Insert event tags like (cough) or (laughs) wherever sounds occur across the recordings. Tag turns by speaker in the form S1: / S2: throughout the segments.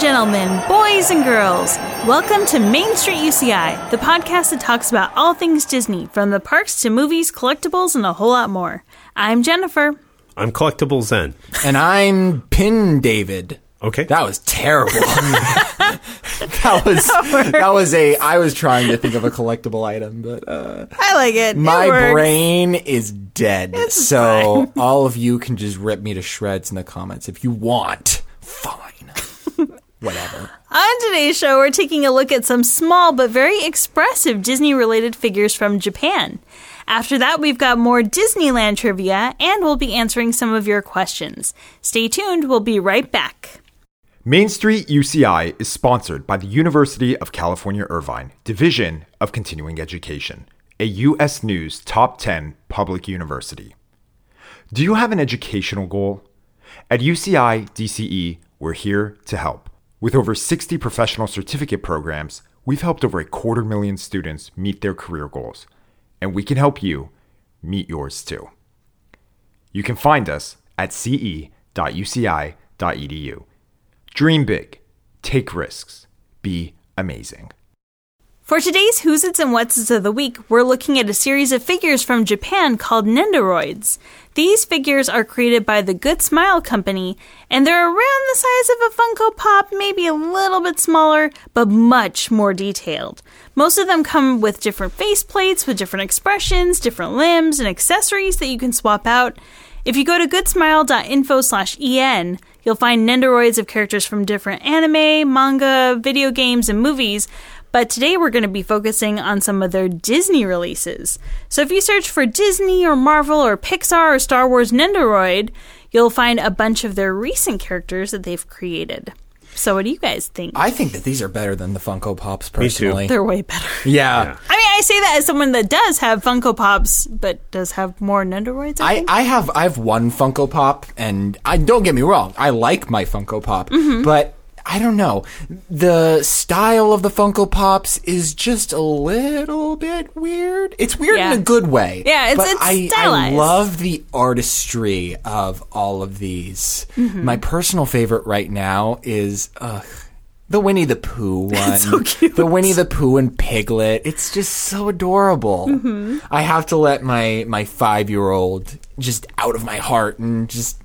S1: gentlemen, boys and girls, welcome to Main Street UCI, the podcast that talks about all things Disney, from the parks to movies, collectibles, and a whole lot more. I'm Jennifer.
S2: I'm collectible Zen.
S3: And I'm Pin David.
S2: Okay.
S3: That
S2: (laughs)
S3: was terrible. that was that was a I was trying to think of a collectible item, but uh,
S1: I like it.
S3: my
S1: it works.
S3: brain is dead. so
S1: (laughs)
S3: all of you can just rip me to shreds in the comments if you want.
S1: (laughs)
S3: Fine. Whatever.
S1: On today's show, we're taking a look at some small but very expressive Disney related figures from Japan. After that, we've got more Disneyland trivia, and we'll be answering some of your questions. Stay tuned, we'll be right back.
S4: Main Street UCI is sponsored by the University of California Irvine, Division of Continuing Education, a U.S. News Top 10 public university. Do you have an educational goal? At UCI DCE, E, we're here to help. With over 60 professional certificate programs, we've helped over a quarter million students meet their career goals, and we can help you meet yours too. You can find us at E ce.uci.edu. Dream big, take risks, be amazing.
S1: For today's Who's It's and What's It's of the Week, we're looking at a series of figures from Japan called Nendoroids. These figures are created by the Good Smile Company, and they're around the size of a Funko Pop, maybe a little bit smaller, but much more detailed. Most of them come with different face plates, with different expressions, different limbs, and accessories that you can swap out. If you go to goodsmile.info slash E en, you'll find Nendoroids of characters from different anime, manga, video games, and movies. But today we're going to be focusing on some of their Disney releases. So if you search for Disney or Marvel or Pixar or Star Wars Nendoroid, you'll find a bunch of their recent characters that they've created. So what do you guys think?
S3: I think that these are better than the Funko Pops
S2: too.
S3: personally.
S1: They're way better.
S3: yeah.
S1: I mean, I say that as someone that does have Funko Pops, but does have more Nendoroids. I,
S3: I,
S1: think.
S3: I have I have one Funko Pop, and I don't get me wrong, I like my Funko Pop,
S1: Mm-hmm.
S3: but I don't know the style of the Funko Pops is just a little bit weird. It's weird
S1: Yeah.
S3: in a good way.
S1: Yeah, it's-
S3: but
S1: it's
S3: I, I
S1: stylized.
S3: love the artistry of all of these.
S1: Mm-hmm.
S3: My personal favorite right now is. Ugh, the Winnie the Pooh
S1: (laughs)
S3: one.
S1: so cute.
S3: The Winnie the Pooh and Piglet. It's just so adorable.
S1: Mm-hmm.
S3: I have to let my my five year old just out of my heart and just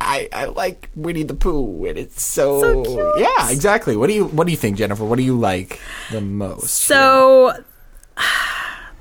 S3: I I like Winnie the Pooh and it's so,
S1: So cute.
S3: yeah exactly. What do you what do you think, Jennifer? What do you like the most?
S1: so (sighs)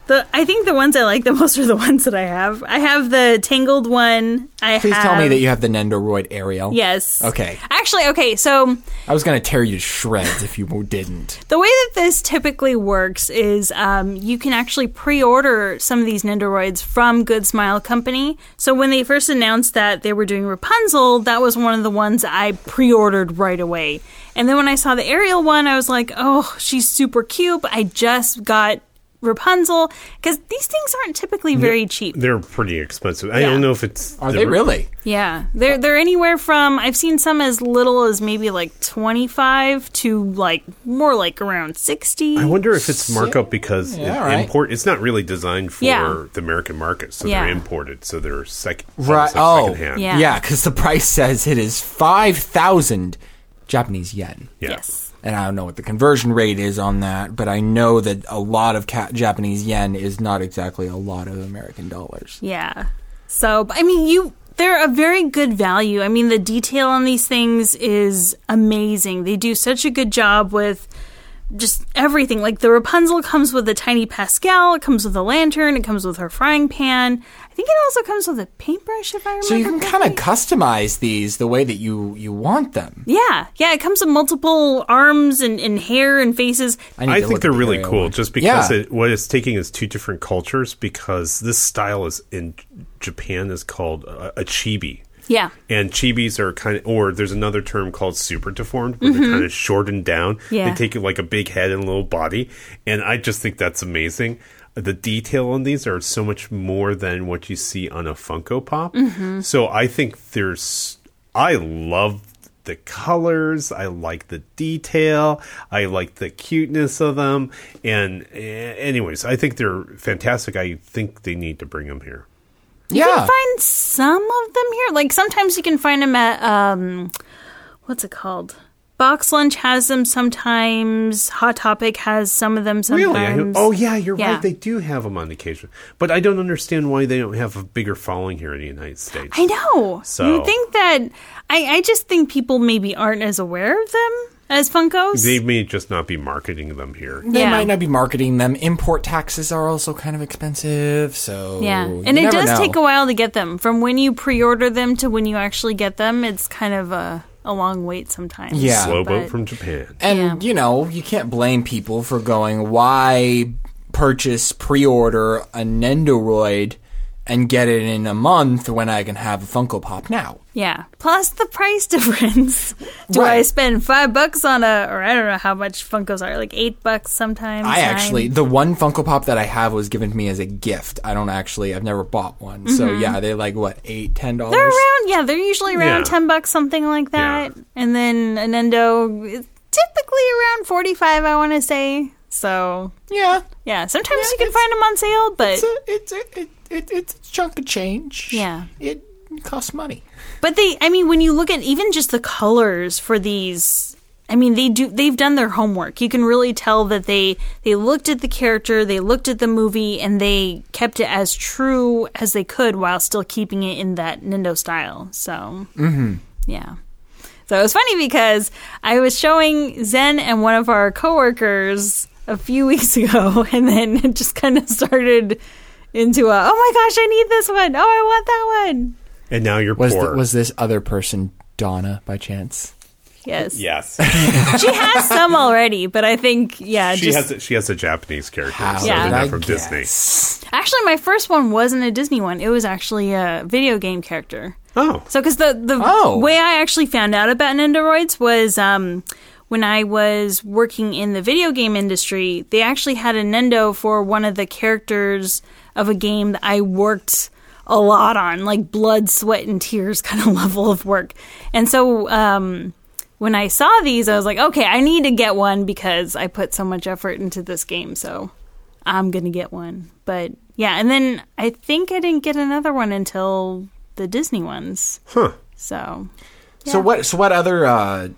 S1: the I think the ones I like the (laughs) most are the ones that I have. I have the Tangled one. I
S3: Please
S1: have,
S3: tell me that you have the Nendoroid Ariel.
S1: Yes.
S3: Okay.
S1: Actually, okay. So
S3: I was gonna tear you to shreds if you didn't.
S1: the way that this typically works is um, you can actually pre-order some of these Nendoroids from Good Smile Company. So when they first announced that they were doing Rapunzel, that was one of the ones I pre-ordered right away. And then when I saw the Ariel one, I was like, "Oh, she's super cute." But I just got Rapunzel because these things aren't typically very cheap.
S2: They're pretty expensive. I
S1: Yeah.
S2: don't know if it's.
S3: Are they really?
S1: Yeah, they're they're anywhere from I've seen some as little as maybe like twenty five to like more like around sixty.
S2: I wonder if it's markup because
S3: Yeah,
S2: it-
S3: all right.
S2: import. It's not really designed for
S1: Yeah.
S2: the American market, so
S1: Yeah.
S2: they're imported. So they're second.
S3: Right. Oh,
S2: secondhand.
S1: Yeah.
S3: yeah. Because the price says it is five thousand Japanese yen.
S2: Yeah.
S1: Yes.
S3: and I don't know what the conversion rate is on that, but I know that a lot of ca- Japanese yen is not exactly a lot of American dollars.
S1: Yeah. So, but, I mean, you they're a very good value. I mean, the detail on these things is amazing. They do such a good job with just everything. Like the Rapunzel comes with a tiny Pascal, it comes with a lantern, it comes with her frying pan. I think it also comes with a paintbrush if I remember.
S3: So you can kind
S1: correctly.
S3: of customize these the way that you you want them.
S1: Yeah, yeah, it comes with multiple arms and, and hair and faces.
S3: need
S2: I
S3: to
S2: think
S3: look
S2: they're
S3: at the
S2: really
S3: aerial
S2: cool
S3: one.
S2: just because
S3: Yeah.
S2: it, what it's taking is two different cultures because this style is in Japan is called uh, a, a chibi.
S1: Yeah.
S2: And chibis are kind of, or there's another term called super deformed, where they're kind of shortened down.
S1: Yeah.
S2: They take like a big head and a little body. And I just think that's amazing. The detail on these are so much more than what you see on a Funko Pop. So I think there's, I love the colors. I like the detail. I like the cuteness of them. And, eh, anyways, I think they're fantastic. I think they need to bring them here.
S1: You
S3: yeah.
S1: can find some of them here. Like sometimes you can find them at um, what's it called? Box Lunch has them sometimes. Hot Topic has some of them sometimes.
S2: Really? I don't- oh, yeah, you're
S1: Yeah.
S2: right. They do have them on occasion. But I don't understand why they don't have a bigger following here in the United States.
S1: I know.
S2: So-
S1: you think that I, I just think people maybe aren't as aware of them as Funkos.
S2: They may just not be marketing them here.
S3: They
S1: Yeah.
S3: might not be marketing them. Import taxes are also kind of expensive, so
S1: yeah,
S2: Oh,
S3: you
S1: and it
S3: never
S1: does
S3: know.
S1: take a while to get them. From when you pre-order them to when you actually get them, it's kind of a, a long wait sometimes.
S3: Yeah.
S2: Slow boat
S1: But-
S2: from Japan.
S3: And
S1: Yeah.
S3: you know, you can't blame people for going, why purchase pre-order a Nendoroid and get it in a month when I can have a Funko Pop now?
S1: Yeah. Plus the price (laughs) difference. Do I
S3: Right.
S1: spend five bucks on a, or I don't know how much Funkos are, like eight bucks sometimes?
S3: I
S1: nine?
S3: actually the one Funko Pop that I have was given to me as a gift. I don't actually I've never bought one. So yeah, they're like what, eight, ten
S1: Mm-hmm. They're
S3: dollars?
S1: around, yeah, they're usually around
S2: Yeah.
S1: 10 bucks, something like that.
S2: Yeah.
S1: And then an Endo is typically around 45, I want to say. So,
S3: Yeah.
S1: yeah, sometimes you can find them on sale, but.
S3: It's a, it's a, it, it, it's a chunk of change.
S1: Yeah.
S3: It costs money.
S1: But they, I mean, when you look at even just the colors for these, I mean, they do, they've done their homework. You can really tell that they, they looked at the character, they looked at the movie, and they kept it as true as they could while still keeping it in that Nindo style. So, yeah. So it was funny because I was showing Zen and one of our coworkers a few (laughs) weeks ago, and then it just kind of started into a, oh my gosh, I need this one. Oh, I want that one.
S2: And now you're
S3: Was th-
S2: poor.
S3: was this other person Donna by chance?
S1: Yes.
S2: yes.
S1: she has some already, but I think yeah.
S2: she
S1: just,
S2: has a, she has a Japanese character, so
S1: Yeah.
S2: they're
S1: did I
S2: not from Disney.
S1: actually, my first one wasn't a Disney one. It was actually a video game character.
S2: Oh.
S1: So, because the the
S3: Oh.
S1: way I actually found out about Nendoroids was um, when I was working in the video game industry. They actually had a Nendo for one of the characters of a game that I worked a lot on, like blood, sweat, and tears (laughs) kind of level of work. And so um, when I saw these, I was like, okay, I need to get one because I put so much effort into this game. So I'm going to get one. But yeah, and then I think I didn't get another one until the Disney ones.
S2: Huh.
S1: So
S3: So what? So what other? Uh,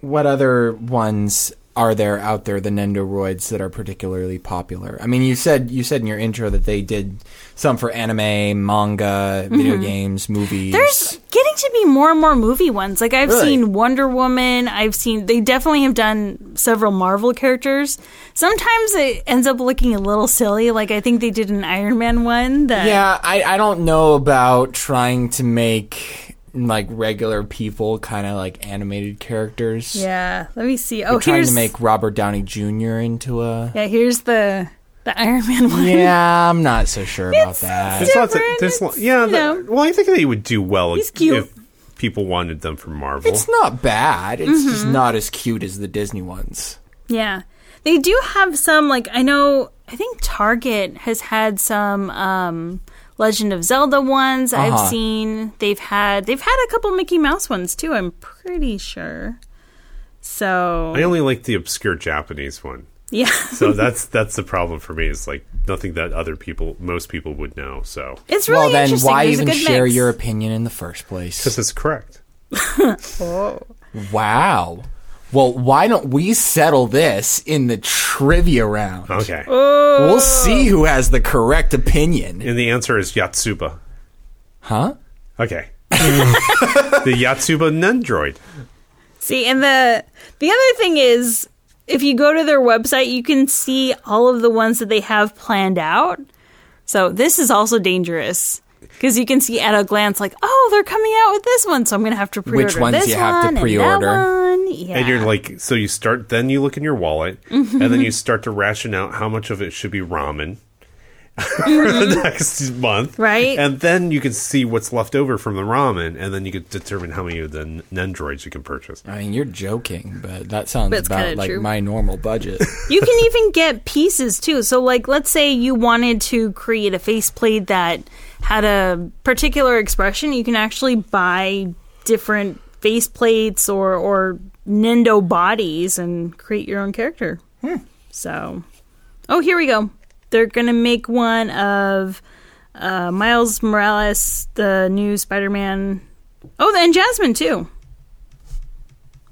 S3: what other ones are there out there? The Nendoroids that are particularly popular. I mean, you said you said in your intro that they did some for anime, manga, video games, movies.
S1: Mm-hmm. there's getting to be more and more movie ones. Like I've
S3: Really?
S1: seen Wonder Woman. I've seen they definitely have done several Marvel characters. Sometimes it ends up looking a little silly. Like I think they did an Iron Man one. That
S3: yeah. I I don't know about trying to make like regular people kind of like animated characters.
S1: Yeah, Let me see. Oh,
S3: They're trying
S1: here's
S3: to make Robert Downey Jr. into a.
S1: yeah. Here's the the Iron Man one.
S3: Yeah, I'm not so sure about
S1: (laughs)
S3: that.
S2: There's lots of,
S1: different,
S2: there's lo-
S1: it's,
S2: yeah,
S1: you
S2: the-
S1: know.
S2: well, I think they would do well
S1: He's
S2: if-
S1: cute.
S2: if people wanted them from Marvel.
S3: It's not bad. It's just
S1: Mm-hmm.
S3: not as cute as the Disney ones.
S1: Yeah. They do have some like I know I think Target has had some um Legend of Zelda ones I've
S3: Uh-huh.
S1: seen. They've had they've had a couple Mickey Mouse ones too, I'm pretty sure. So
S2: I only like the obscure Japanese one.
S1: yeah. (laughs)
S2: So that's that's the problem for me. It's like nothing that other people, most people would know. So
S1: It's really
S3: well, then
S1: interesting.
S3: why
S1: There's a
S3: even
S1: good
S3: share
S1: mix.
S3: your opinion in the first place?
S2: this is correct.
S3: Wow. Well, why don't we settle this in the trivia round?
S2: Okay.
S1: Oh.
S3: We'll see who has the correct opinion.
S2: And the answer is Yatsuba.
S3: Huh?
S2: Okay. (laughs) the Yatsuba Nendroid.
S1: See, and the the other thing is if you go to their website, you can see all of the ones that they have planned out. So this is also dangerous because you can see at a glance like, "Oh, they're coming out with this one, so I'm going to have to pre-order
S3: ones
S1: this
S3: you have to
S1: one and that
S3: pre-order.
S1: one." Yeah.
S2: And you're like, so you start, then you look in your wallet,
S1: Mm-hmm.
S2: and then you start to ration out how much of it should be ramen for the next month.
S1: Mm-hmm. Right.
S2: And then you can see what's left over from the ramen, and then you can determine how many of the n- Nendroids you can purchase.
S3: I mean, you're joking, but that sounds
S1: But it's
S3: about
S1: kinda
S3: like
S1: true.
S3: my normal (laughs) budget.
S1: you can even get pieces too. So, like, let's say you wanted to create a faceplate that had a particular expression, you can actually buy different faceplates or or Nendo bodies and create your own character. So, oh, here we go. They're gonna make one of uh, Miles Morales, the new Spider-Man. Oh, and Jasmine too.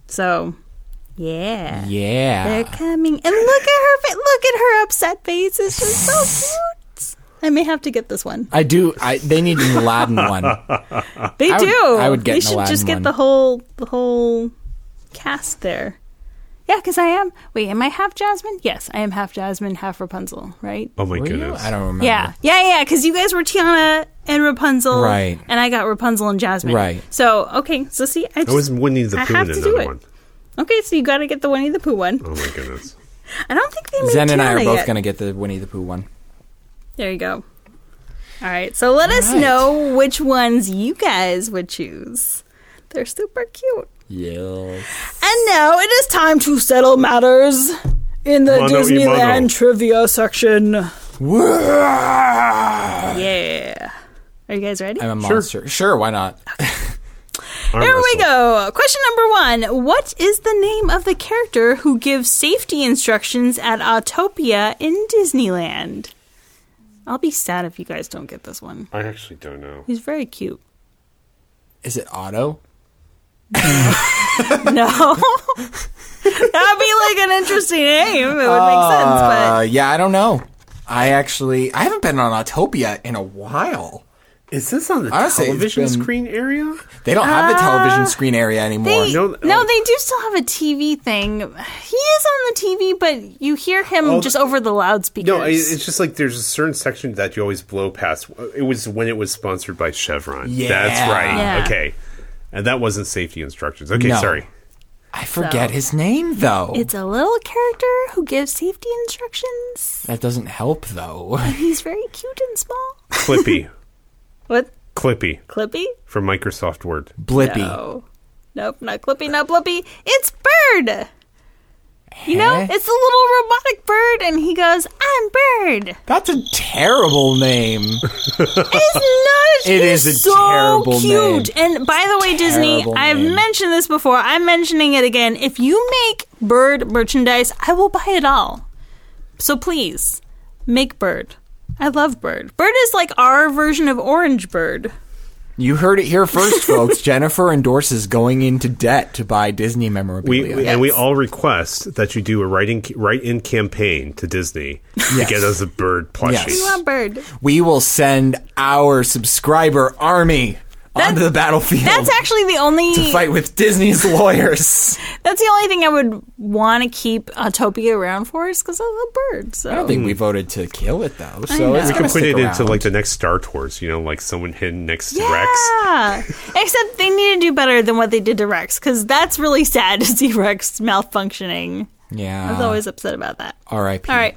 S1: So, yeah. They're
S3: Yeah.
S1: coming. And look at her fa- look at her upset face. It's just
S3: (laughs)
S1: so cute. I may have to get this one.
S3: I do. I, they need an (laughs) Aladdin one.
S1: They
S3: I would-
S1: do.
S3: I would get
S1: We
S3: an
S1: should
S3: Aladdin
S1: just get
S3: one.
S1: the whole the whole cast there. Yeah, because I am. Wait, am I half Jasmine? Yes, I am half Jasmine, half Rapunzel. Right?
S2: Oh my
S3: Were you?
S2: goodness.
S3: I don't remember.
S1: Yeah, yeah, yeah. Because you guys were Tiana and Rapunzel,
S3: Right.
S1: And I got Rapunzel and Jasmine,
S3: Right.
S1: So okay, so see, I just
S2: I was Winnie the
S1: I
S2: Pooh
S1: have
S2: in
S1: to do
S2: another
S1: it.
S2: one.
S1: okay. So you got to get the Winnie the Pooh one.
S2: Oh my
S1: (laughs)
S2: goodness.
S1: I don't think they made
S3: Zen and I
S1: Tiana
S3: are both
S1: yet.
S3: going to get the Winnie the Pooh one.
S1: There you go. All right, so let us
S3: right.
S1: know which ones you guys would choose. They're super cute.
S3: Yes.
S1: And now it is time to settle matters in the
S2: Mono y mono.
S1: Disneyland trivia section.
S3: I'm
S1: Yeah. Are you guys ready?
S3: a monster. Sure, why not?
S2: Arm
S1: Here we
S2: wrestle.
S1: go. Question number one What is the name of the character who gives safety instructions at Autopia in Disneyland? I'll be sad if you guys don't get this one.
S2: I actually don't know.
S1: He's very cute.
S3: Is it Otto?
S1: No. (laughs) That'd be like an interesting name. It would make sense,
S3: Uh,
S1: but
S3: yeah, I don't know. I actually, I haven't been on Autopia in a while.
S2: Is this on the
S3: Honestly, it's
S2: television
S3: been-
S2: screen area?
S3: They don't have the television screen area anymore.
S1: Ah. they,
S2: no,
S1: no,
S2: oh.
S1: they do still have a TV thing. He is on the TV, but you hear him
S2: Oh,
S1: just over the loudspeakers.
S2: No, it- it's just like there's a certain section that you always blow past. It was when it was sponsored by Chevron.
S3: Yeah.
S2: That's right.
S1: Yeah.
S2: Okay. And that wasn't safety instructions. Okay,
S3: No.
S2: sorry.
S3: I forget his name though.
S1: It's a little character who gives safety instructions.
S3: that doesn't help though. (laughs)
S1: He's very cute and small.
S2: Clippy. (laughs)
S1: What?
S2: Clippy
S1: Clippy?
S2: from Microsoft Word.
S3: Blippy.
S1: No. Nope, not Clippy, not Blippy. It's Bird! You know,
S2: Eh?
S3: Huh?
S1: it's the little robotic bird, and he goes, I'm Bird!
S3: That's a terrible name. (laughs)
S1: It's not.
S3: It
S1: He's
S3: is a
S1: so
S3: terrible
S1: cute. And by the way, Disney,
S3: Terrible
S1: I've
S3: name.
S1: mentioned this before. I'm mentioning it again. If you make bird merchandise, I will buy it all. So please, make bird. I love bird. Bird is like our version of orange bird.
S3: You heard it here first, folks. (laughs) Jennifer endorses going into debt to buy Disney
S2: We,
S3: memorabilia.
S2: we- And we all request that you do a writing write in campaign to Disney to get us a bird plushie.
S3: Yes.
S1: You want bird.
S3: We will send our subscriber army onto the battlefield
S1: That's actually the only
S3: to fight with Disney's lawyers.
S2: (laughs)
S1: that's the only thing I would want to keep Autopia around for is because I love bird. So
S3: I don't think we voted to kill it though, so
S1: know.
S3: it's
S1: We
S3: gonna
S2: Put
S3: stick
S2: it
S3: around.
S2: into like the next Star Tours, you know, like someone hidden next to Rex.
S1: Yeah. Except they need to do better than what they did to Rex because that's really (laughs) sad to see Rex malfunctioning. I
S3: yeah.
S2: Uh,
S1: was always upset about that.
S3: R.I.P.
S1: All right.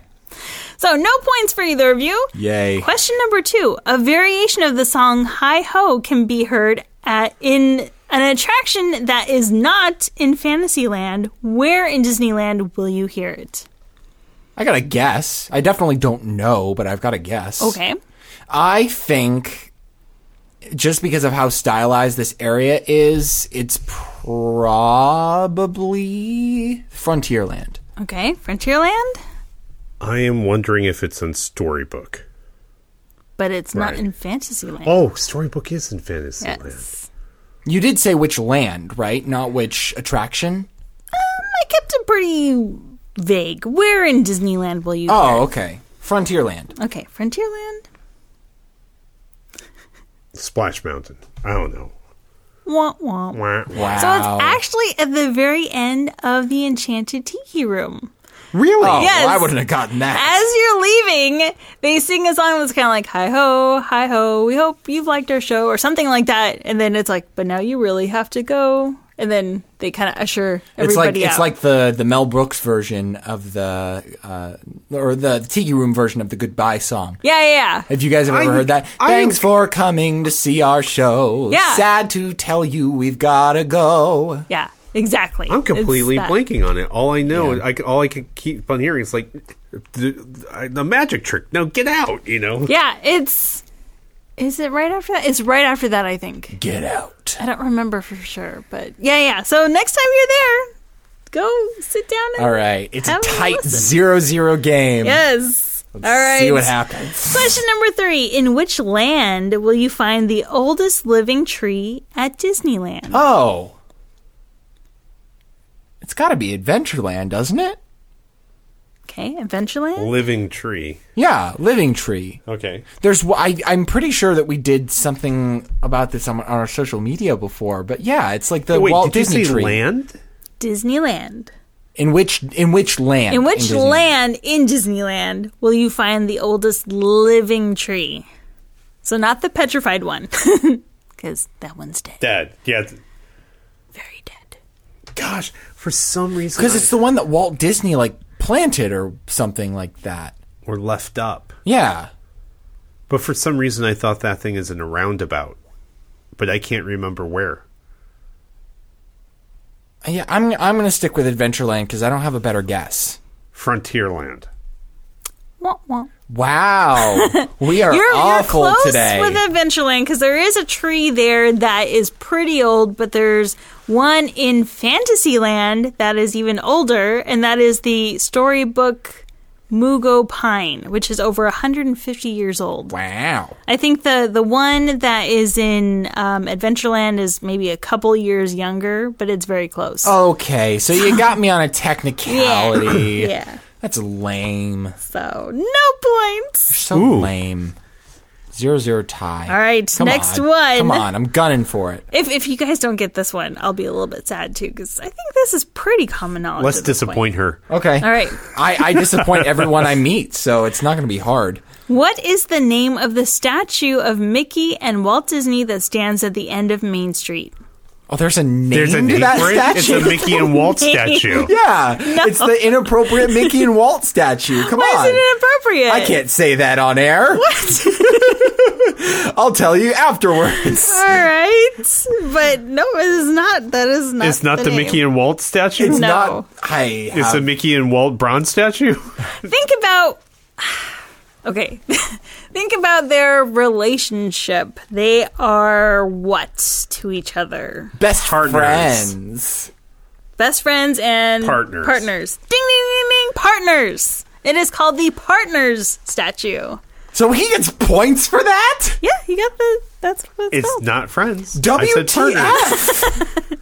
S1: So, no points for either of you.
S3: Yay.
S1: Question number two A variation of the song Hi Ho can be heard at, in an attraction that is not in Fantasyland. Where in Disneyland will you hear it?
S3: I got a guess. I definitely don't know, but I've got a guess.
S1: Okay.
S3: I think just because of how stylized this area is, it's probably Frontierland.
S1: Okay. Frontierland,
S2: I am wondering if it's on Storybook.
S1: but it's not
S2: Right.
S1: in Fantasyland.
S2: Oh, Storybook is in Fantasyland.
S1: yes.
S3: You did say which land, right? Not which attraction.
S1: I kept it pretty vague. Where in Disneyland will you
S3: Oh, okay. Frontierland.
S1: hear? Okay. Frontierland?
S2: Splash Mountain. I don't know.
S1: Wah, wah, wah.
S2: Wah, wah.
S3: Wow.
S1: So it's actually at the very end of the Enchanted Tiki Room.
S3: really. Oh,
S1: Yes.
S3: well, I wouldn't have gotten that.
S1: As you're leaving, they sing a song that's kind of like "Hi ho, hi ho, we hope you've liked our show" or something like that. And then it's like, "But now you really have to go." And then they kind of usher
S3: it's like
S1: everybody out.
S3: it's like the the Mel Brooks version of the uh, or the, the Tiki Room version of the goodbye song.
S1: yeah, yeah, yeah.
S3: Have you guys ever
S2: I-
S3: heard that?
S2: I-
S3: Thanks for coming to see our show.
S1: Yeah.
S3: Sad to tell you we've gotta go.
S1: yeah, exactly.
S2: I'm completely
S1: It's that.
S2: blanking on it. All I know, I, all I could keep on hearing is like the, I- the magic trick. Now get out, you know.
S1: Yeah, it's. Is it right after that? It's right after that, I think.
S3: Get out.
S1: I don't remember for sure, but yeah, yeah. So next time you're there, go sit down. And
S3: All right. It's a
S1: Have a
S3: tight
S1: listen.
S3: zero-zero game.
S1: Yes. All right.
S3: See what happens.
S1: Question number three In which land will you find the oldest living tree at Disneyland?
S3: Oh. It's got to be Adventureland, doesn't it?
S1: Okay, Adventureland.
S2: Living tree.
S3: Yeah, Living Tree.
S2: Okay.
S3: There's I, I'm pretty sure that we did something about this on, on our social media before, but yeah, it's like the
S2: Wait,
S3: Walt
S2: did you
S3: Disney
S2: say
S3: tree.
S2: land?
S1: Disneyland.
S3: In which Oh. in which land?
S1: In which
S3: Disney-
S1: land in Disneyland will you find the oldest living tree? So not the petrified one, (laughs) because that one's dead,
S2: Dead. Yeah. th-
S1: very dead.
S2: Gosh, for some reason.
S3: Because
S2: I-
S3: it's the one that Walt Disney like planted or something like that.
S2: or left up.
S3: Yeah.
S2: But for some reason, I thought that thing is in a roundabout, but I can't remember where.
S3: Yeah, I'm I'm gonna stick with Adventureland because I don't have a better guess.
S2: Frontierland.
S1: Wah, wah. (laughs)
S3: Wow, we are
S1: You're, you're
S3: awful
S1: close
S3: today.
S1: with Adventureland because there is a tree there that is pretty old, but there's one in Fantasyland that is even older, and that is the storybook Mugo Pine, which is over 150 years old.
S3: wow,
S1: I think the the one that is in um, Adventureland is maybe a couple years younger, but it's very close.
S3: Oh. okay, so you got me
S1: (laughs)
S3: on a technicality.
S1: yeah.
S3: that's lame.
S1: So no points.
S3: So lame. Zero zero tie.
S1: All right,
S3: Come
S1: next
S3: on.
S1: one.
S3: Come on, I'm gunning for it.
S1: If if you guys don't get this one, I'll be a little bit sad too because I think this is pretty common knowledge.
S2: Let's
S1: at this
S2: disappoint
S1: point.
S2: her.
S3: Okay.
S1: All right.
S3: I,
S1: (laughs)
S3: I disappoint everyone I meet, so it's not going to be hard.
S1: What is the name of the statue of Mickey and Walt Disney that stands at the end of Main Street?
S3: Oh, there's a name
S2: There's a
S3: to
S2: name
S3: that
S2: for it. It's a
S3: statue.
S2: Mickey
S1: (laughs)
S2: and Walt statue.
S3: (laughs) yeah, it's the inappropriate Mickey and Walt statue. Come
S1: Why
S3: on.
S1: is it inappropriate?
S3: I can't say that on air. What? (laughs) I'll tell you afterwards.
S1: All right, but no, it is not. That is not.
S2: It's not the,
S1: name.
S2: Mickey and Walt statue.
S3: It's
S1: No.
S3: not. uh, I
S2: It's
S3: have-
S2: a Mickey and Walt bronze statue.
S1: think about (sighs) okay (laughs) think about their relationship they are what to each other
S3: best
S2: Partners.
S3: friends.
S1: best friends and
S2: Partners.
S1: partners ding ding ding ding partners it is called the partners statue
S3: So he gets points for that.
S1: yeah you got the that's what it's,
S2: It's
S1: called
S2: not friends. I said partners.
S3: WTF?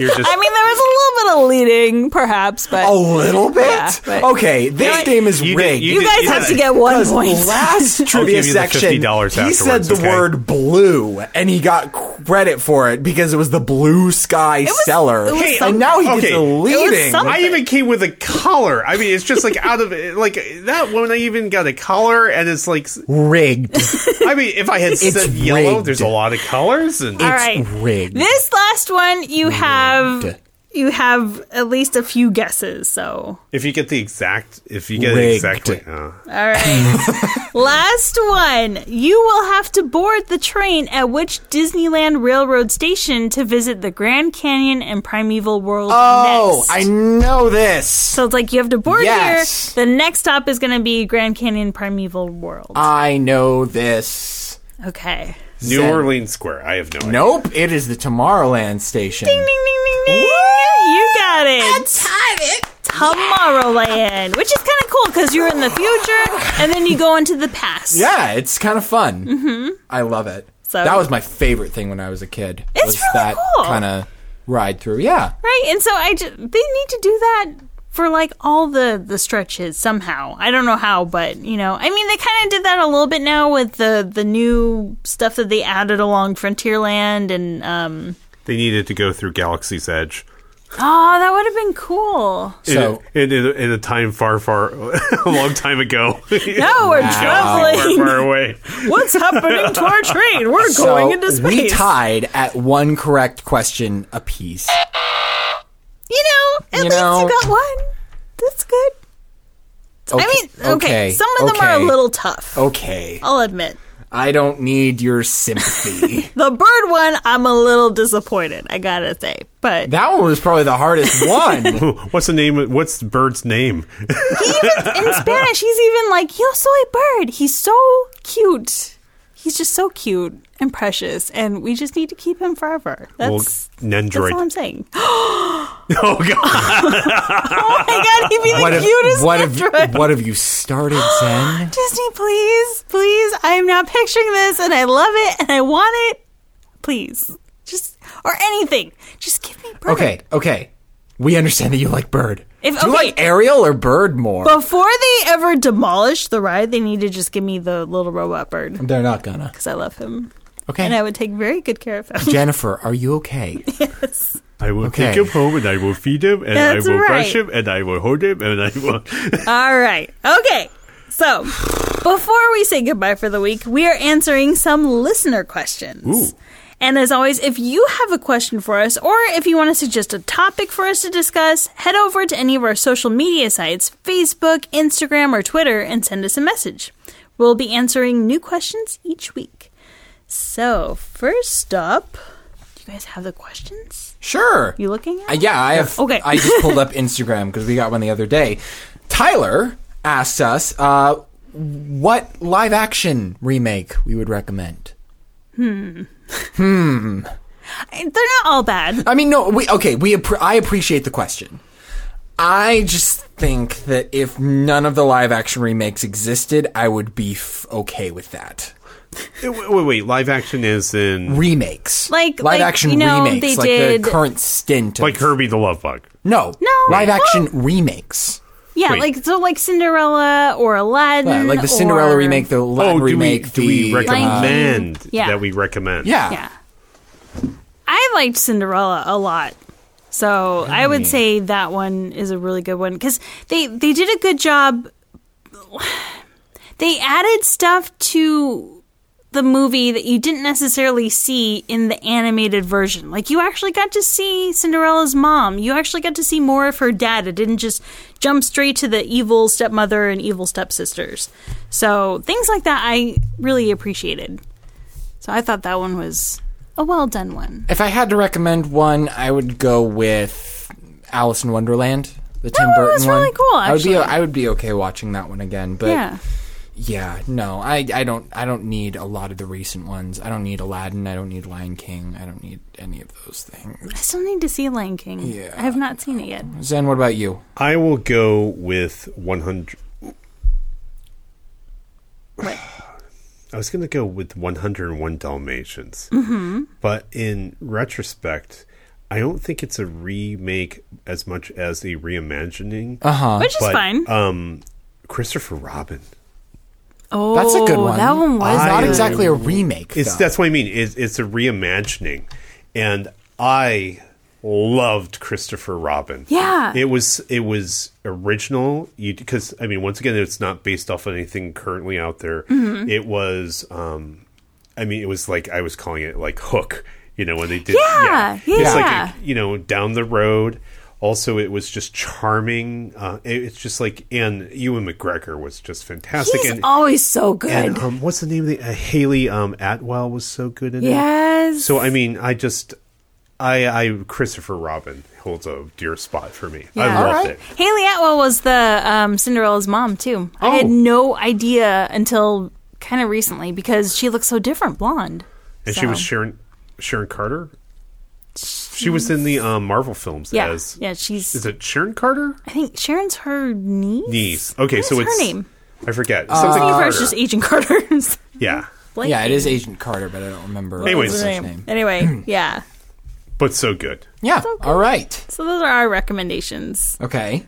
S2: You're just
S1: i mean there was a little bit of leading perhaps but
S3: A little bit.
S1: Yeah, but-
S3: okay, this
S1: You know,
S3: game is
S2: you did-
S3: rigged.
S2: you
S1: you
S2: did-
S1: guys
S2: you
S1: have
S2: did
S1: to
S2: it.
S1: get one
S3: Because
S1: point
S2: (laughs)
S3: last trivia
S2: give you the
S3: section,
S2: $50
S3: he said
S2: afterwards,
S3: the
S2: okay?
S3: word blue, and he got credit for it because it was the blue sky cellar.
S1: it was
S3: and
S1: something.
S3: now he gets
S2: Okay.
S3: a leading.
S1: something.
S2: I even came with a collar. I mean, it's just like out of like that one. I even got a collar, and it's like
S1: (laughs)
S3: rigged.
S2: I mean, if I had said yellow,
S3: rigged.
S2: there's a lot of colors, and
S1: all right
S3: rigged.
S1: this last one you have you have at least a few guesses so
S2: if you get the exact, if you get
S3: Rigged.
S2: it exactly, uh,
S1: All right. Last one. You will have to board the train at which Disneyland Railroad station to visit the Grand Canyon and Primeval World
S3: Oh,
S1: next.
S3: I know this.
S1: so it's like you have to board
S3: Yes.
S1: here. The next stop is going to be Grand Canyon Primeval World.
S3: I know this.
S1: okay.
S2: New
S3: Zen.
S2: Orleans Square. I have no idea.
S3: Nope, it is the Tomorrowland station.
S1: Ding ding ding ding ding. You got it. Tomorrowland, which is kind of cool because you're in the future and then you go into the past.
S3: Yeah, it's kind of fun. Mm-hmm. I love it.
S1: So-
S3: that was my favorite thing when I was a kid.
S1: It's
S3: was
S1: really
S3: that
S1: cool.
S3: kind of ride through. Yeah.
S1: Right, and so I just, they need to do that for like all the the stretches somehow. I don't know how, but you know, I mean, they kind of did that a little bit now with the the new stuff that they added along Frontierland, and um,
S2: They needed to go through Galaxy's Edge.
S1: oh, that would have been cool.
S3: So
S2: in, in, in a time far, far, (laughs) a long time ago. (laughs)
S1: No, we're
S2: far,
S1: traveling.
S2: far away.
S1: What's happening to our train? We're
S3: so
S1: going into space.
S3: we tied at one correct question apiece.
S1: you know, at
S3: You
S1: least
S3: know-
S1: you got one. That's good.
S3: Okay,
S1: I mean, okay, some of them are a
S3: okay, Oh.
S1: little tough.
S3: Okay,
S1: I'll admit.
S3: I don't need
S1: (laughs)
S3: your sympathy.
S1: The bird one, I'm a little disappointed, I gotta say. But
S3: that one was probably the hardest
S1: (laughs)
S3: one.
S2: What's the name? of- What's the bird's name?
S3: (laughs)
S1: in Spanish, he's even like, Yo soy bird. He's so cute. He's just so cute and precious, and we just need to keep him forever. That's,
S2: well,
S1: that's all I'm
S2: Nendroid.
S1: saying.
S2: (laughs)
S1: (laughs)
S2: Oh God!
S1: Oh my god, he'd be the
S3: What have,
S1: cutest
S3: what,
S1: Android.
S3: have, what have
S1: (gasps)
S3: you started, Zen?
S1: (laughs) Disney, please, please. I am now picturing this, and I love it, and I want it. Please. Just, or anything. Just give me bird.
S3: Okay, okay. we understand that you like Bird.
S1: If-
S3: Do you
S1: okay.
S3: like Ariel or Bird more?
S1: Before they ever demolish the ride, they need to just give me the little robot bird
S3: They're not gonna.
S1: because I love him.
S3: Um, Okay.
S1: And I would take very good care of him.
S3: Jennifer, are you
S1: (laughs)
S3: okay?
S2: I will
S3: Okay.
S2: take him home and I will feed him and
S1: That's
S2: I will
S1: right.
S2: brush him and I will hold him and I will.
S1: All right. Okay. So, before we say goodbye for the week, we are answering some listener questions.
S2: Ooh.
S1: And as always, if you have a question for us or if you want to suggest a topic for us to discuss, head over to any of our social media sites Facebook, Instagram, or Twitter and send us a message. We'll be answering new questions each week. So, first up, do you guys have the questions?
S3: Sure.
S1: You looking at
S3: Uh, yeah, I have.
S1: Okay.
S3: I just
S1: (laughs)
S3: pulled up Instagram because we got one the other day. Tyler asked us uh, what live action remake we would recommend.
S1: They're not all bad.
S3: I mean, no, we okay. We appre- I appreciate the question. I just think that if none of the live action remakes existed, I would be f- okay with that.
S2: (laughs) wait, wait, wait. Live action is in
S3: Remakes,
S1: Like-
S3: live
S1: like,
S3: action
S1: you know,
S3: remakes,
S1: they
S3: like
S1: did-
S3: the current stint. Of,
S2: like Herbie the Love Bug.
S3: no,
S1: No,
S3: live
S1: well-
S3: action remakes.
S1: Yeah,
S2: Wait.
S1: like so, like Cinderella or Aladdin,
S3: Yeah, like the Cinderella
S1: or-
S3: remake, the Latin
S2: Oh, do
S3: remake,
S2: we do we
S3: the, uh,
S2: recommend
S1: Yeah.
S2: that we recommend?
S3: yeah.
S1: Yeah, I liked Cinderella a lot, so I would say that one is a really good one because they they did a good job. They added stuff to the movie that you didn't necessarily see in the animated version. Like you actually got to see Cinderella's mom. You actually got to see more of her dad. It didn't just jump straight to the evil stepmother and evil stepsisters. So things like that I really appreciated. So I thought that one was a well done one.
S3: If I had to recommend one, I would go with Alice in Wonderland, the Tim
S1: one
S3: Burton
S1: was Oh, really cool,
S3: I would be
S1: actually.
S3: I would be okay watching that one again, but
S1: yeah.
S3: yeah, no, I, I don't I don't need a lot of the recent ones. I don't need Aladdin. I don't need Lion King. I don't need any of those
S1: I
S3: things.
S1: still need to see Lion King.
S3: Yeah.
S1: I have not seen it yet.
S3: Zen, what about you?
S2: I will go with 100.
S1: What?
S2: (sighs) I was going to go with 101 Dalmatians. Mm-hmm. But in retrospect, I don't think it's a remake as much as a reimagining. Uh huh.
S1: Which is fine.
S2: Um, Christopher Robin.
S1: oh,
S3: That's a good one.
S1: That one was
S2: Uh,
S3: It's not
S1: good.
S3: exactly a remake.
S2: It's
S3: though.
S2: that's what I mean. It's, it's a reimagining, and I loved Christopher Robin.
S1: Yeah.
S2: it was it was original. You because I mean, once again, it's not based off anything currently out there.
S1: Mm-hmm.
S2: It was, um, I mean, it was like I was calling it like Hook. You know when they did,
S1: Yeah,
S2: it's
S1: yeah.
S2: like a, you know down the road. Also, it was just charming. Uh, it- it's just like and Ewan McGregor was just fantastic.
S1: He's
S2: and
S1: always so good.
S2: and um, what's the name of the uh, Haley um, Atwell was so good in it.
S1: yes.
S2: So I mean, I just I I Christopher Robin holds a dear spot for me. I
S1: Yeah.
S2: loved
S3: Alright.
S2: it.
S1: Haley Atwell was the um, Cinderella's mom too. I had
S2: Oh.
S1: no idea until kind of recently because she looks so different, blonde.
S2: And
S1: So-
S2: she was Sharon Sharon Carter. She was in the um, Marvel films
S1: yeah,
S2: as
S1: yeah. She's
S2: is it Sharon Carter
S1: I think Sharon's her niece.
S2: niece? Okay,
S1: What
S2: so
S1: is
S2: it's
S1: her name.
S2: I forget something
S1: At
S2: Carter.
S1: first, just Agent Carter.
S2: yeah,
S3: yeah, it is Agent Carter, but I don't remember.
S1: (laughs)
S2: Anyways.
S3: his
S2: What's
S1: Anyway, anyway, (clears throat) yeah.
S2: but so good.
S3: Yeah. All right.
S1: So those are our recommendations.
S3: Okay.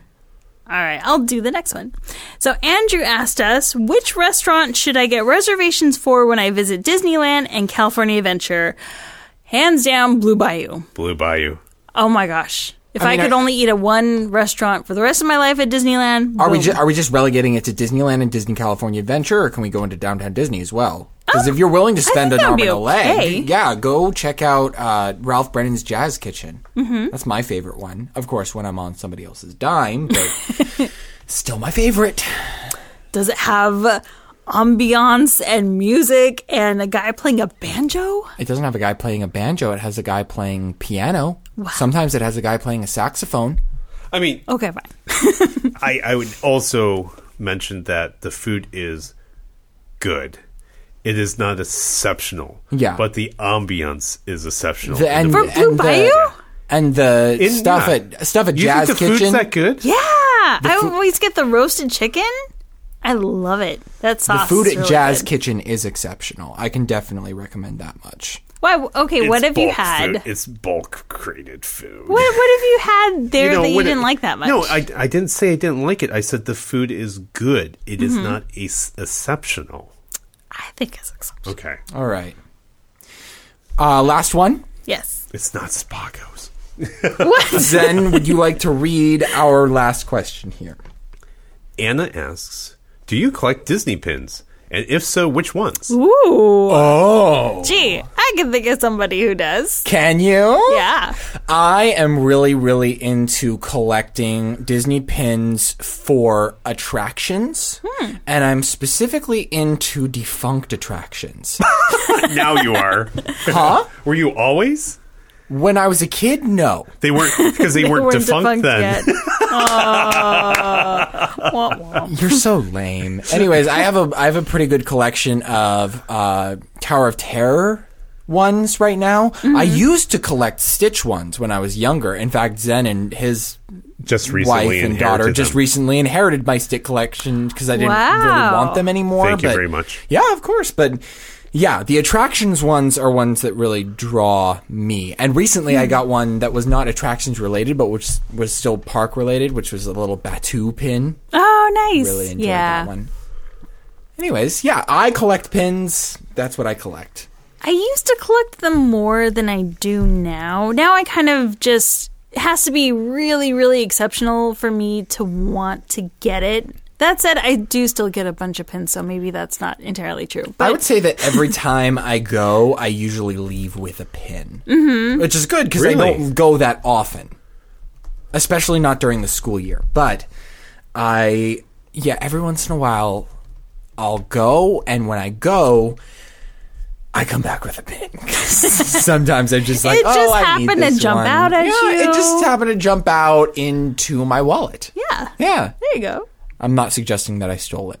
S1: All right, I'll do the next one. So Andrew asked us, which restaurant should I get reservations for when I visit Disneyland and California Adventure? Hands down, Blue Bayou.
S2: Blue Bayou.
S1: Oh my gosh. If I,
S3: mean,
S1: could
S3: I-
S1: only eat at one restaurant for the rest of my life at Disneyland,
S3: Are we
S1: boom.
S3: ju- are we just relegating it to Disneyland and Disney California Adventure, or can we go into Downtown Disney as well? Because if you're willing to spend
S1: Oh, think
S3: an
S1: that
S3: arm
S1: would
S3: and
S1: be
S3: a
S1: okay.
S3: leg, yeah, go check out uh, Ralph Brennan's Jazz Kitchen. Mm-hmm. That's my favorite one. Of course, when I'm on somebody else's dime, but
S1: (laughs)
S3: still my favorite.
S1: does it have ambiance and music and a guy playing a banjo?
S3: It doesn't have a guy playing a banjo. It has a guy playing piano. Sometimes it has a guy playing a saxophone.
S2: I mean,
S1: Okay,
S3: (laughs)
S1: fine.
S2: I, I would also mention that the food is good. It is not exceptional.
S3: Yeah.
S2: But the ambiance is exceptional.
S3: The, and,
S2: the-
S1: For Blue
S3: and the-
S1: Bayou?
S3: and the
S2: In-
S3: stuff
S2: yeah.
S3: at stuff at
S2: you
S3: Jazz
S2: think the
S3: Kitchen.
S2: food's that good?
S1: Yeah. I always get the roasted chicken. I love it. That
S3: The
S1: sauce.
S3: food
S1: is
S3: at
S1: really
S3: Jazz
S1: good.
S3: Kitchen is exceptional. I can definitely recommend that much.
S1: Why? Okay, what
S2: It's
S1: have you
S2: bulk
S1: had?
S2: food. It's bulk created food.
S1: What What have you had there that you
S2: when it-
S1: didn't like that much?
S2: No, I, I didn't say I didn't like it. I said the food is good. It is
S1: Mm-hmm.
S2: not ex- exceptional.
S1: I think it's exceptional.
S2: Okay.
S3: All right. Uh, last
S1: (laughs)
S3: one.
S1: Yes.
S2: It's not Spago's.
S1: What?
S3: Zen, would you like to read our last question here?
S2: Anna asks, "Do you collect Disney pins? And if so, which ones?"
S1: Ooh.
S3: Oh.
S1: Gee, I can think of somebody who does.
S3: Can you?
S1: Yeah.
S3: I am really, really into collecting Disney pins for attractions,
S1: Hmm.
S3: and I'm specifically into
S1: (laughs)
S3: defunct attractions.
S2: now you (laughs) are.
S3: huh?
S2: Were you always?
S3: When I was a kid, no.
S2: They weren't because they, weren't, defunct, then.
S1: yet. Aw. Wah, wah.
S3: You're so lame.
S2: (laughs)
S3: Anyways, I have a I have a pretty good collection of uh, Tower of Terror ones right now. I
S2: Mm-hmm.
S3: used to collect Stitch ones when I was younger. In fact, Zen and his
S2: (laughs) Just recently
S3: wife and daughter
S2: inherited
S3: just
S2: them.
S3: recently inherited my stick collection because I didn't really
S1: Wow.
S3: want them anymore.
S2: Thank you
S3: but-
S2: very much.
S3: Yeah, of course, but yeah, the attractions ones are ones that really draw me. And recently,
S2: Hmm.
S3: I got one that was not attractions related, but which was still park related, which was a little Batu pin.
S1: Oh, nice.
S3: Really enjoyed
S1: yeah.
S3: that one. Anyways, yeah, I collect pins. That's what I collect.
S1: I used to collect them more than I do now. Now I kind of just it has to be really, really exceptional for me to want to get it. That said, I do still get a bunch of pins, so maybe that's not entirely true. But
S3: I would say that every (laughs) time I go, I usually leave with a pin, mm-hmm. which is good because I
S2: Really?
S3: don't go that often, especially not during the school year. But I, yeah, every once in a while, I'll go, and when I go, I come back with a pin. (laughs) Sometimes I'm just like,
S1: It
S3: oh,
S1: just
S3: I need
S1: happened to
S3: this
S1: jump
S3: one."
S1: out at
S3: yeah,
S1: you.
S3: It just happened to jump out into my wallet.
S1: yeah,
S3: yeah.
S1: there you go.
S3: I'm not suggesting that I stole it.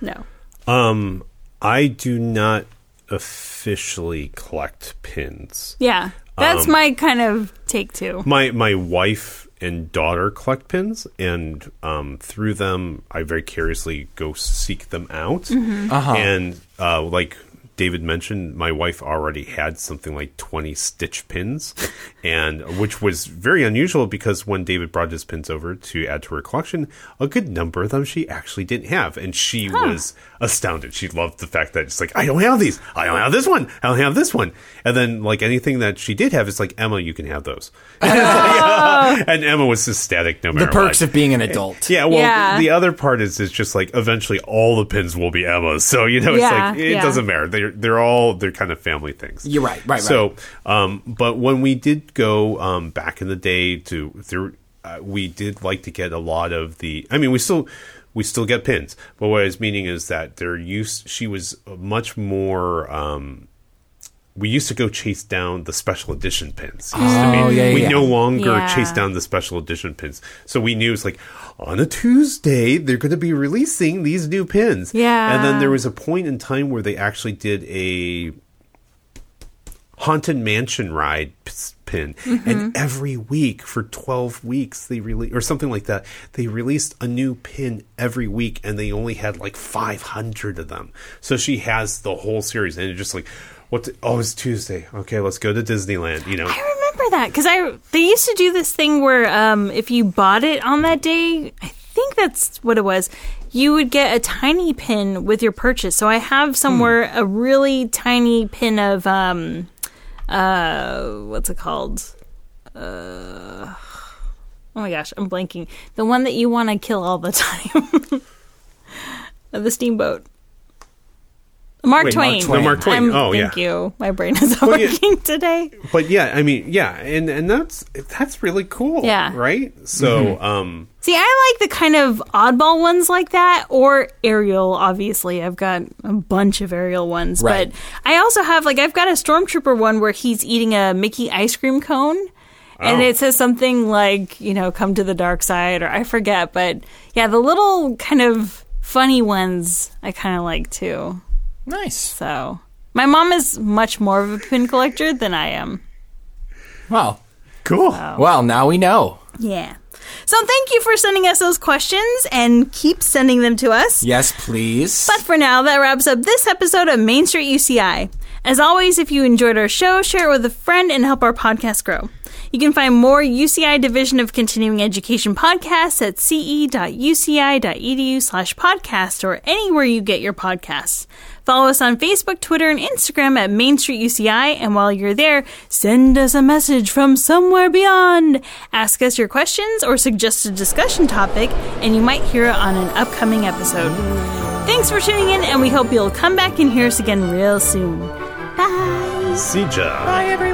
S1: No.
S2: Um, I do not officially collect pins.
S1: Yeah. That's my kind of take (laughs) too.
S2: My my wife and daughter collect pins, and um, through them, I very curiously go seek them out. And uh, like David mentioned, my wife already had something like twenty Stitch pins, and which was very unusual because when David brought his pins over to add to her collection, a good number of them she actually didn't have, and she was astounded. She loved the fact that it's like I don't have these, I don't have this one, I don't have this one, and then like anything that she did have, it's like Emma, you can have those.
S3: (laughs)
S2: and Emma was ecstatic no matter
S3: The perks
S2: what.
S3: of being an adult.
S2: (laughs) yeah, well,
S1: Yeah.
S2: the other part is it's just like eventually all the pins will be Emma's, so you know it's
S1: Yeah,
S2: like it
S1: yeah.
S2: doesn't matter. They're they're all they're kind of family things.
S3: You're right, right, right.
S2: So, um, but when we did go um, back in the day to there, uh, we did like to get a lot of the. I mean, we still we still get pins, but what I was meaning is that there used she was much more. Um, we used to go chase down the special edition pins. Used to be-
S3: Oh, yeah, yeah,
S2: we
S3: yeah.
S2: no longer
S1: Yeah.
S2: chase down the special edition pins. So we knew it's like on a Tuesday they're going to be releasing these new pins.
S1: Yeah.
S2: And then there was a point in time where they actually did a haunted mansion ride p- pin
S1: Mm-hmm.
S2: and every week for 12 weeks they really or something like that they released a new pin every week and they only had like 500 of them so she has the whole series and it's just like what oh it's tuesday okay let's go to disneyland you know
S1: I remember that because I they used to do this thing where um, if you bought it on that day, I think that's what it was. You would get a tiny pin with your purchase. So I have somewhere a really tiny pin of um, uh, what's it called? Uh, oh my gosh, I'm blanking. The one that you want to kill all the (laughs) time. the steamboat. Mark,
S2: Wait, Mark
S1: Twain.
S2: Twain. No, Mark Twain.
S1: I'm-
S2: Oh,
S1: thank
S2: yeah.
S1: you. My brain is not
S2: Well, yeah.
S1: working (laughs) today.
S2: but yeah i mean yeah and and that's that's really cool
S1: Yeah.
S2: right so um
S1: See, I like the kind of oddball ones like that, or Ariel, obviously. I've got a bunch of Ariel ones.
S3: Right.
S1: But I also have, like, I've got a Stormtrooper one where he's eating a Mickey ice cream cone. And
S2: Oh.
S1: it says something like, you know, come to the dark side, or I forget. But yeah, the little kind of funny ones I kind of like too.
S3: Nice.
S1: So my mom is much more of a pin collector than I am.
S3: Well,
S2: cool
S3: well, now we know.
S1: Yeah. So thank you for sending us those questions and keep sending them to us.
S3: Yes, please.
S1: But for now, that wraps up this episode of Main Street UCI. As always, if you enjoyed our show, share it with a friend and help our podcast grow. You can find more UCI Division of Continuing Education podcasts at ce.uci.edu e slash podcast or anywhere you get your podcasts. Follow us on Facebook, Twitter, and Instagram at Main Street UCI. And while you're there, send us a message from somewhere beyond. Ask us your questions or suggest a discussion topic, and you might hear it on an upcoming episode. Thanks for tuning in, and we hope you'll come back and hear us again real soon. Bye.
S2: See ya.
S3: Hi, everyone.